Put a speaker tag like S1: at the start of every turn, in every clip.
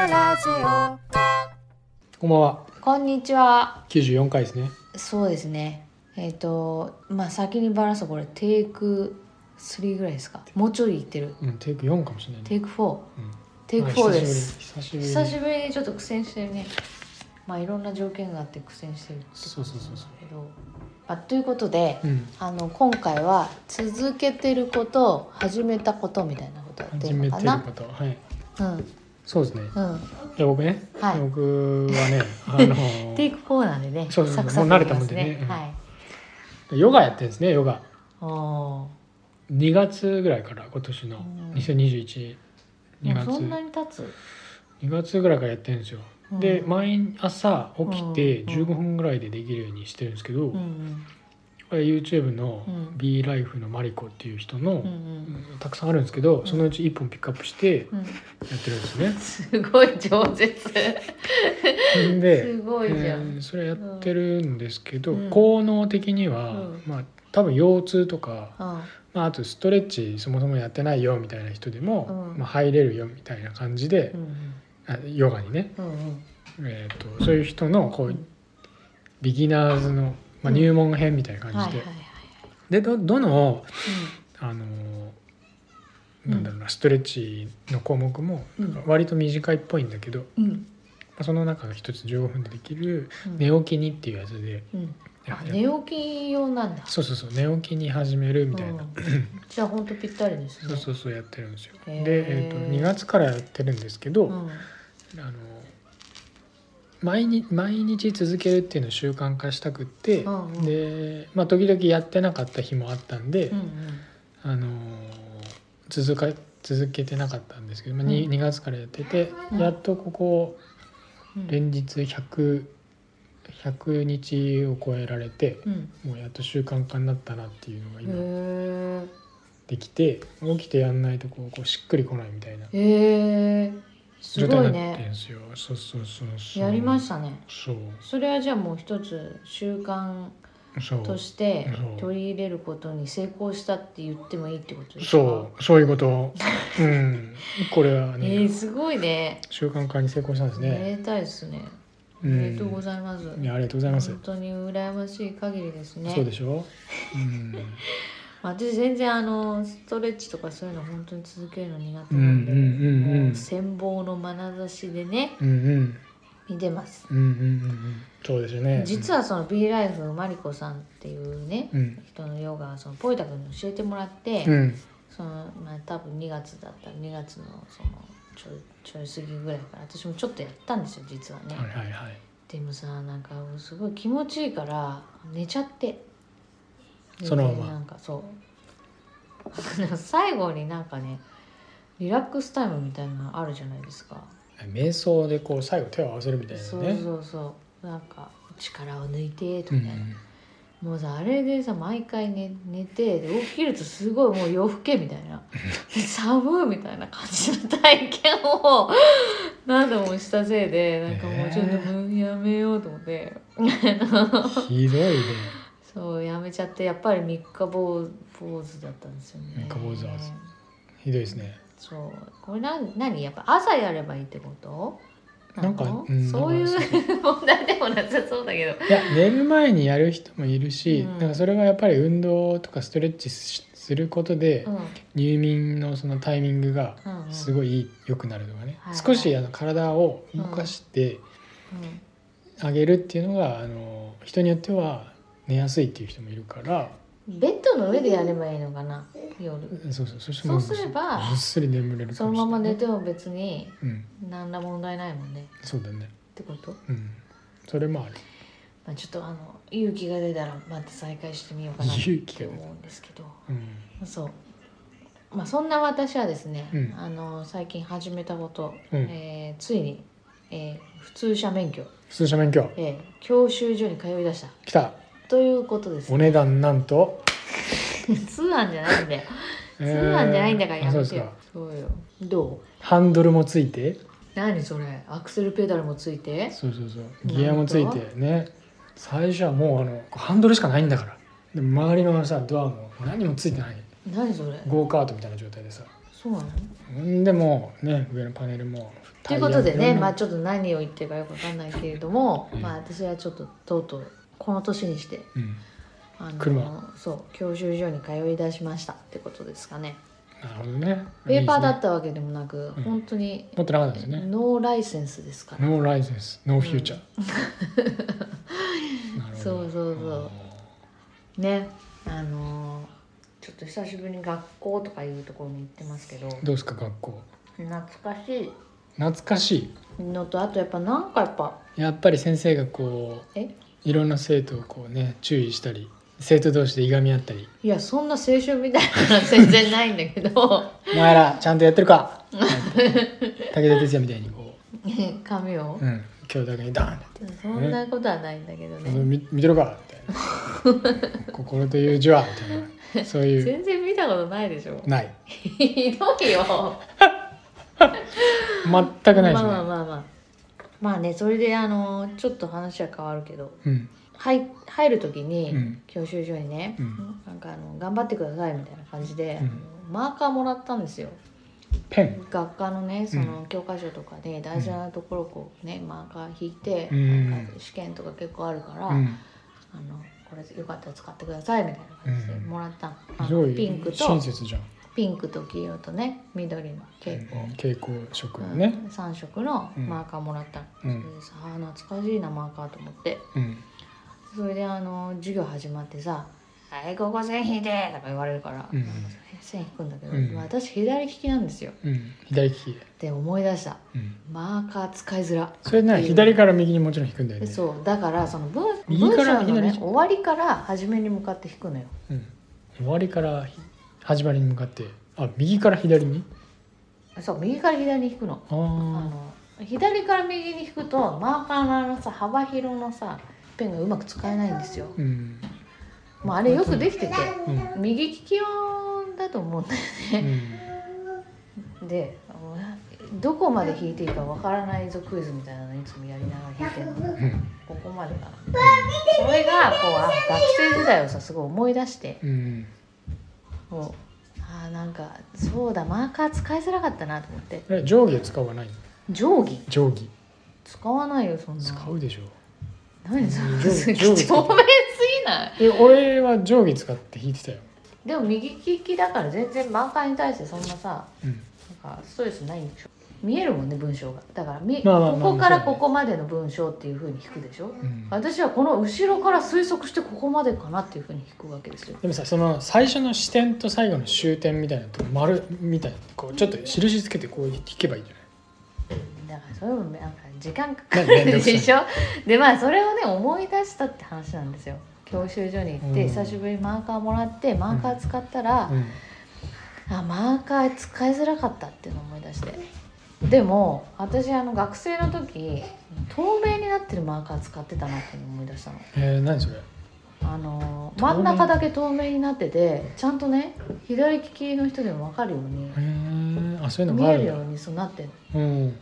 S1: ジ
S2: こんばんは。
S1: オこんにちは
S2: 九十四回ですね。
S1: そうですねえっ、とまあ先にバランスとこれテイク3ぐらいですかもうちょいいってる
S2: うん、テイク四かもしれない、
S1: テ
S2: ね。
S1: イク4
S2: うん
S1: テイク
S2: ま
S1: 4
S2: あ
S1: です
S2: 久しぶり。久
S1: 久
S2: しぶりに。
S1: しぶりにちょっと苦戦してるねまあいろんな条件があって苦戦してるって
S2: そうそうそうそう
S1: けど、まあ、ということで、
S2: うん。
S1: あの今回は続けてること始めたことみたいなことやって
S2: 始
S1: る
S2: め
S1: のか
S2: てる
S1: な
S2: 方は、はい。
S1: うん
S2: そうですね。
S1: うん
S2: いや、僕ね。
S1: はい
S2: 僕は ね、あの
S1: テイク4なんでね
S2: そうそうそうもう慣れたもんでね
S1: いきますはい
S2: ヨガやってるんですね。ヨガ。
S1: お
S2: 二月ぐらいから、今年の
S1: うん
S2: 二千二十一。
S1: ー
S2: 二
S1: もう
S2: 月。
S1: そんなに経つ
S2: 二月ぐらいからやってるんですよ。
S1: うん
S2: で、毎朝起きて
S1: うん
S2: 15分ぐらいでできるようにしてるんですけど、
S1: うんうん
S2: これ YouTube の
S1: うん
S2: B ライフのマリコっていう人の、
S1: うんうん
S2: たくさんあるんですけど、そのうち1本ピックアップして
S1: うん
S2: やってるんです ね。
S1: すごい饒舌、
S2: です
S1: ごいじゃ
S2: えー
S1: ん
S2: それやってるんですけど、
S1: うん
S2: 効能的には、
S1: うん
S2: まあ多分腰痛とか、
S1: うん
S2: まあ、あとストレッチそもそもやってないよみたいな人でも、
S1: うん
S2: まあ、入れるよみたいな感じで
S1: う、ん
S2: あヨガにね、
S1: うんうん
S2: えー、とそういう人のこう、
S1: うん
S2: ビギナーズの、まあ、入門編みたいな
S1: は
S2: 感
S1: い
S2: じ
S1: はい
S2: で、
S1: は
S2: で
S1: い
S2: どどの
S1: うん
S2: あのーなんだろうなストレッチの項目も
S1: うん
S2: なんか割と短いっぽいんだけど、
S1: うん
S2: まあその中の一つ15分でできる
S1: うん
S2: 寝起きにっていうやつで、
S1: うん
S2: や
S1: あ寝起き用なんだ
S2: そうそうそう寝起きに始めるみたいな、
S1: うんじゃあ本当ぴったりですね
S2: そうそうそうやってるんですよ。
S1: へ
S2: で、
S1: ー
S2: えー、と2月からやってるんですけど、
S1: うん
S2: あの毎日毎日続けるっていうのを習慣化したくって、
S1: うんうん
S2: で、まあ、時々やってなかった日もあったんで、
S1: うんうん
S2: あの続か続けてなかったんですけど、まあに
S1: うん
S2: 2, 月からやってて、
S1: うん
S2: やっとここ
S1: うん
S2: 連日100 100日を超えられて、
S1: うん
S2: もうやっと習慣化になったなっていうのが
S1: へ
S2: 今
S1: ー
S2: できて、起きてやんないとこうこうしっくりこないみたいな
S1: へーす
S2: 状態
S1: ご
S2: に
S1: い
S2: なってるん
S1: ね
S2: ですよ。そうそうそうそう
S1: やりましたね
S2: そう
S1: それはじゃあもう一つ習慣
S2: そう
S1: として
S2: そう
S1: 取り入れることに成功したって言ってもいいってことですか
S2: そうそういう こと、うん、これは
S1: え
S2: ね
S1: ー、すごいね
S2: 習慣化に成功したんです
S1: め
S2: ね。
S1: でたいですねお
S2: うん
S1: めでとうございます、
S2: いやありがとうございます
S1: 本。当に羨ましい限りですね
S2: そうでしょ。うん、
S1: 私全然あのストレッチとかそういうの本当に続けるの苦手
S2: うんう
S1: なん
S2: ん
S1: で、
S2: うんう
S1: も
S2: ん
S1: う羨望の眼差しでね
S2: うんうん
S1: 見てます、
S2: うんうんうんそうですよね。
S1: 実はその B ライフマリコさんっていうね、
S2: うん
S1: 人のヨガはそのポイタ君に教えてもらって、
S2: うん
S1: そのまあ多分2月だったら2月のそのちょいちょい過ぎぐらいから私もちょっとやったんですよ実はね、
S2: はいはいはい。
S1: でもさなんかすごい気持ちいいから寝ちゃって
S2: そのまま
S1: でなんかそう最後 になんかねリラックスタイムみたいなのあるじゃないですか、
S2: 瞑想でこう最後手を合わせるみたいなね。
S1: そうそうそうなんか力を抜いてとかね、もうさあれでさ毎回寝寝てで起きるとすごいもう夜更けみたい な寒いみたいな感じの体験を何度もしたせいでなんかもうちょっともうやめようと思って、
S2: うんひどいね。
S1: そうやめちゃってやっぱり三日坊坊主だったんですよね
S2: 三日坊主だひどいですね。
S1: そうこれなん何やっぱ朝やればいいってこと
S2: なんか
S1: の
S2: うん
S1: そういう
S2: なんか
S1: 問題でもなさそうだけど
S2: いや寝る前にやる人もいるし、
S1: うん
S2: なんかそれはやっぱり運動とかストレッチしすることで、
S1: うん
S2: 入眠のそのタイミングが
S1: うんうん
S2: すごい良くなるとかね、
S1: はいはい
S2: 少しあの体を動かして
S1: うん
S2: あげるっていうのが、あの人によっては寝やすいっていう人もいるから
S1: ベッドの上でやればいいのかな夜
S2: そうそうそして
S1: そうすれば
S2: ぐっすり眠れるかもしれない
S1: そのまま寝ても別に
S2: うん
S1: 何ら問題ないもんね
S2: そうだね
S1: ってこと、
S2: うんそれもある
S1: まあ、ちょっとあの勇気が出たらまた再開してみようかなっ
S2: 勇気
S1: て
S2: が出た
S1: 思うんですけど
S2: うん
S1: そうまあそんな私はですね、
S2: うん
S1: あの最近始めたこと、
S2: うん
S1: えーついに、えー普通車免許、
S2: 普通車免許
S1: えー教習所に通い出した
S2: 来た
S1: ということです
S2: お値段なんと
S1: 通案じゃないんだよ
S2: え
S1: 通
S2: ー
S1: 案じゃないんだからや
S2: あそう
S1: め
S2: で
S1: て
S2: す
S1: よ
S2: か
S1: そうよどう
S2: ハンドルもついて
S1: 何それアクセルペダルもついて
S2: そうそうそうギアもついてね最初はもうあのハンドルしかないんだからでも周りのさドアも何もついてない
S1: 何それ
S2: ゴーカートみたいな状態でさ
S1: そうなの
S2: うんでもね上のパネルも
S1: ということで
S2: タイヤい
S1: ね、
S2: ろんな
S1: まあ、ちょっと何を言ってるかよくわかんないけれども、
S2: うん
S1: まあ、私はちょっととうとうこの年にして
S2: うん
S1: あの
S2: 車
S1: そう教習所に通い出しましたってことですかね
S2: なるほどね
S1: ペーパーだ
S2: いいで
S1: ったわけでもなく、
S2: うん
S1: 本当に
S2: すね持ってなかったですね
S1: ノーライセンスですから、
S2: ノーライセンスノーフューチャーなるほど
S1: そうそうそうねあのーちょっと久しぶりに学校とかいうところに行ってますけど
S2: どうですか学校
S1: 懐かし
S2: 懐かし
S1: いのとあとやっぱなんかやっぱ
S2: いやっぱり先生がこう
S1: え
S2: いろんな生徒をこうね注意したり生徒同士でいがみ合ったり
S1: いやそんな青春みたいなの全然ないんだけど
S2: 「お前らちゃんとやってるか!なんて」武田鉄矢みたいにこ
S1: 髪を
S2: う、、うん、教授だけにダーンって
S1: そんなことはないんだけど
S2: あの
S1: ね
S2: 見見てろかみたいな心という字はみたいなそういう
S1: 全然見たことないでしょ
S2: ない
S1: ひどいよ
S2: 全くないですね、
S1: まあまあまあまあまあねそれであのちょっと話は変わるけど
S2: うん
S1: 入入る時に、
S2: うん
S1: 教習所にね、
S2: うん
S1: なんかあの頑張ってくださいみたいな感じで、
S2: うん
S1: あのマーカーもらったんですよ
S2: ペン
S1: 学科のねそうの教科書とかで大事なところをこうね、マーカー引いて、
S2: うん
S1: なんか試験とか結構あるから、
S2: うん
S1: あのこれよかったら使ってくださいみたいな感じでもらったの、あ
S2: す
S1: の
S2: ごい
S1: ピンクと
S2: 親切じゃん
S1: ピンクと黄色とね緑の蛍光、
S2: 蛍光色のね
S1: うん3色のマーカーもらったの、
S2: うん
S1: それでさあー懐かしいなマーカーと思って
S2: うん
S1: それであの授業始まってさ「はいここ線引いて」とか言われるから、
S2: うん
S1: 線引くんだけど、
S2: うん
S1: 私左利きなんですよ
S2: うん左利き、
S1: って思い出した
S2: うん、
S1: マーカー使いづら
S2: それね左から右にもちろん引くんだよ
S1: で
S2: ね
S1: そうだからその文
S2: 右
S1: 文
S2: か
S1: 章
S2: ら
S1: の、
S2: 左
S1: ね、
S2: じゃん
S1: 終わりから始めに向かって引くのよ
S2: うん、終わりから始まりに向かってあ右から左に
S1: そう右から左に引くの
S2: あ
S1: あ
S2: ー
S1: の左から右に引くとマーカーのあのさ幅広のさペンがうまく使えないんですよ、
S2: うん
S1: まあ、あれよくできてて
S2: うん
S1: 右利き用だと思うんだよ
S2: う
S1: ね
S2: ん
S1: でどこまで引いていいかわからないぞクイズみたいなのいつもやりながら引いてるの
S2: うん
S1: ここまでかなそれがこうあ学生時代をさすごい思い出して
S2: うん
S1: もうあーなんかそうだマーカー使いづらかったなと思って
S2: え定規は使わないの
S1: 定規
S2: 定規
S1: 使わないよそんな
S2: 使うでしょ
S1: 何そ
S2: うん
S1: れ
S2: 定
S1: す
S2: 規
S1: ごい
S2: 定規
S1: 透明すぎない
S2: え俺は定規使って引いてたよ、
S1: でも右利きだから全然満開に対してそんなさ
S2: うん、
S1: なんかストレスないんでしょ見えるもんね文章がだからみ、
S2: まあまあまあ
S1: ここから
S2: そうね
S1: ここまでの文章っていうふうに引くでしょ、
S2: うん
S1: 私はこの後ろから推測してここまでかなっていうふうに引くわけですよ
S2: でもさその最初の視点と最後の終点みたいなとこ丸みたいなこうちょっと印つけてこう引けばいいんじゃ
S1: だからそれもなんか時間か
S2: な
S1: か
S2: んか面倒
S1: るで
S2: くさい
S1: しょでまあそれをね思い出したって話なんですよ教習所に行っ
S2: う
S1: て
S2: ん
S1: 久しぶりにマーカーもらってマーカー使ったら、
S2: ない、
S1: あマーカー使いづらかったっていうのを思い出してでも私あの学生の時透明になってるマーカー使ってたなっていうのを思い出したの
S2: うん、えー、何それ
S1: あの
S2: 透明
S1: 真ん中だけ透明になっててちゃんとね左利きの人でも分かるように
S2: えー、あそういうの
S1: 見
S2: があ
S1: え
S2: る
S1: る
S2: ん
S1: よ
S2: だ
S1: うにそうなってんの
S2: うん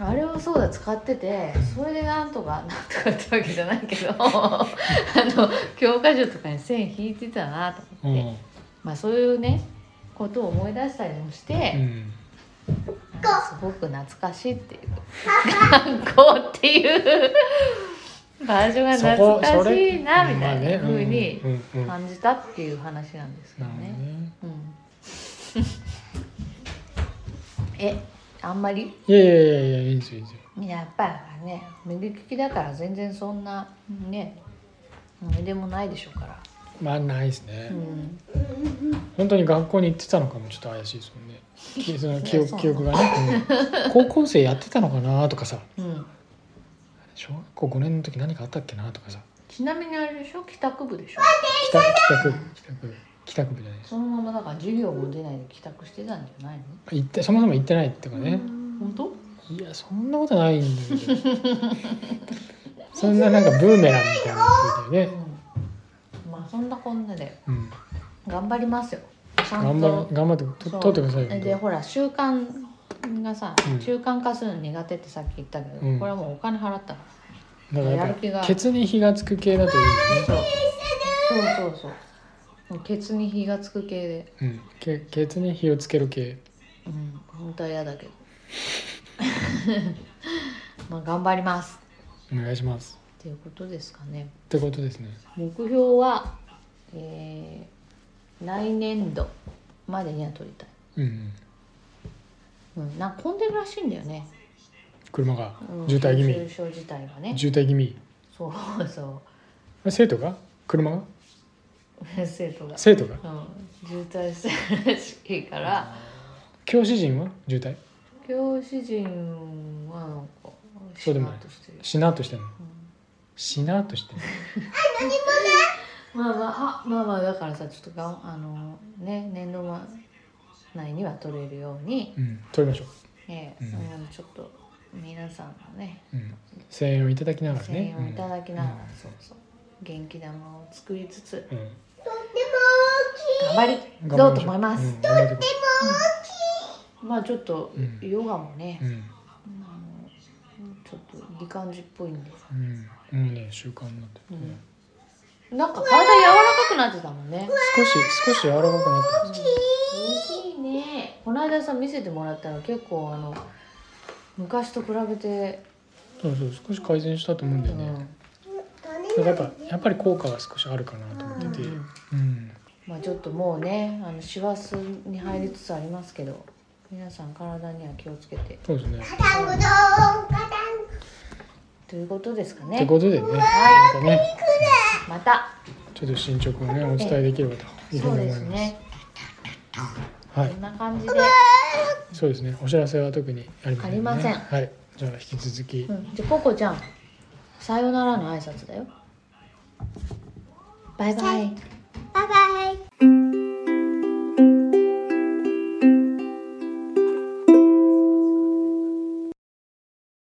S1: あれをそうだ使っててそれでなんとかなんとかってわけじゃないけ どあの教科書とかに線引いてたなと
S2: う
S1: 思って、
S2: ん
S1: まあ、そういうねことを思い出したりもして、
S2: うん
S1: なんかすごく懐かしいっていう観光っていう場所が
S2: そこ
S1: 懐か
S2: そ
S1: し
S2: れ
S1: いなみたいな
S2: まあ
S1: 風に
S2: うんうんうんなる
S1: 感じたっていう話なんですけ
S2: ほ
S1: ど
S2: ど
S1: ね。
S2: ね
S1: うん、えあんま り
S2: いやいやいやいやいいんですよいいんですよ
S1: やっぱりね右利きだから全然そんなね思い出もないでしょうから。
S2: まあないですね、
S1: うん、
S2: 本当に学校に行ってたのかもちょっと怪しいですもん ねきその記
S1: いやそ
S2: 憶
S1: う
S2: 記憶がね、うん高校生やってたのかなとかさ
S1: うん、
S2: 小学校5年の時何かあったっけなとかさ
S1: ちなみにあれでしょ帰宅部でしょ
S2: 帰宅帰宅帰宅部帰宅部じゃないです
S1: そのままだから授業も出ないで帰宅してたんじゃないの
S2: 行ってそもそも行ってないとかね、
S1: 本当
S2: いやそんなことないんだけどそんななんかブーメランみたいなのついてるね、
S1: うんまあそんなこんなで
S2: うん、
S1: 頑張りますよちゃ
S2: 頑
S1: ん
S2: 張
S1: と
S2: る頑張ってと
S1: そう
S2: 取ってくださいよ
S1: でほら習慣がさ、
S2: うん
S1: 習慣化するの苦手ってさっき言ったけど、
S2: うん
S1: これはもうお金払ったか
S2: だからや
S1: や
S2: っ
S1: る気
S2: ぱ
S1: が
S2: ケツに火がつく系だといい
S1: ら
S2: よ
S1: そうそうそうそうもうケツに火がつく系で
S2: ね、うん、けケツに火をつける系
S1: うん本当は嫌だ けどまあ頑張ります
S2: お願いします
S1: っていうことですかね
S2: ってことですね
S1: 目標は、えー来年度までには取りたい、
S2: うん
S1: うん、なんか混んでるらしいんだよね、
S2: 車が
S1: うん、
S2: 渋滞気
S1: 重
S2: 味
S1: 症自体がね
S2: 渋滞気味
S1: そうそ
S2: 生徒が車が
S1: う生徒が、
S2: 生徒が
S1: うん、渋滞してるらしいから
S2: 教師陣は渋滞
S1: 教師陣はなんか
S2: そうでも
S1: し
S2: な
S1: ないっとしてる、
S2: しなっとしてんの
S1: う
S2: しなっとしてんの
S1: んまあまあはまあまあだからさちょっとがんあのね年度内には取れるように、
S2: うん取りましょ
S1: え
S2: うん
S1: ーうん、ちょっと皆さんのね
S2: う、うん、声援をいただきながら
S1: 声
S2: ね
S1: 援をいただきながら、
S2: うん
S1: そうそう元気玉を作りつつ
S2: うん
S1: 頑張
S2: うん
S1: りようと思います、
S2: 頑張りましょ
S1: まあちょっと
S2: うん
S1: ヨガもね
S2: う、うん
S1: あのちょっといい感じっぽいんで
S2: うんうんもうね習慣になってる、
S1: うんなんか体柔らかくなってたもんね
S2: 少し少し柔らかくなってます
S1: 大きいねこの間さ見せてもらったの結構あの昔と比べて、
S2: そうそう少し改善したと思うんだ
S1: う
S2: よね、
S1: ん
S2: なんかやっぱやっぱり効果が少しあるかなと思ってて、うん
S1: まあ、ちょっともうねあの師走に入りつつありますけど皆さん体には気をつけて
S2: そうですね。
S1: ということですか
S2: って
S1: ね
S2: ことでね、なんかね、
S1: また
S2: ちょっと進捗をねお伝えできればというふ
S1: そうう
S2: に
S1: で
S2: 思い
S1: す
S2: ます。
S1: ね
S2: は
S1: こ
S2: い、
S1: んな感じで、
S2: そうですね。お知らせは特にありません、ね。
S1: ありません
S2: はい、じゃあ引き続き、
S1: うん、じゃあココちゃんさようならの挨拶だよバイバイ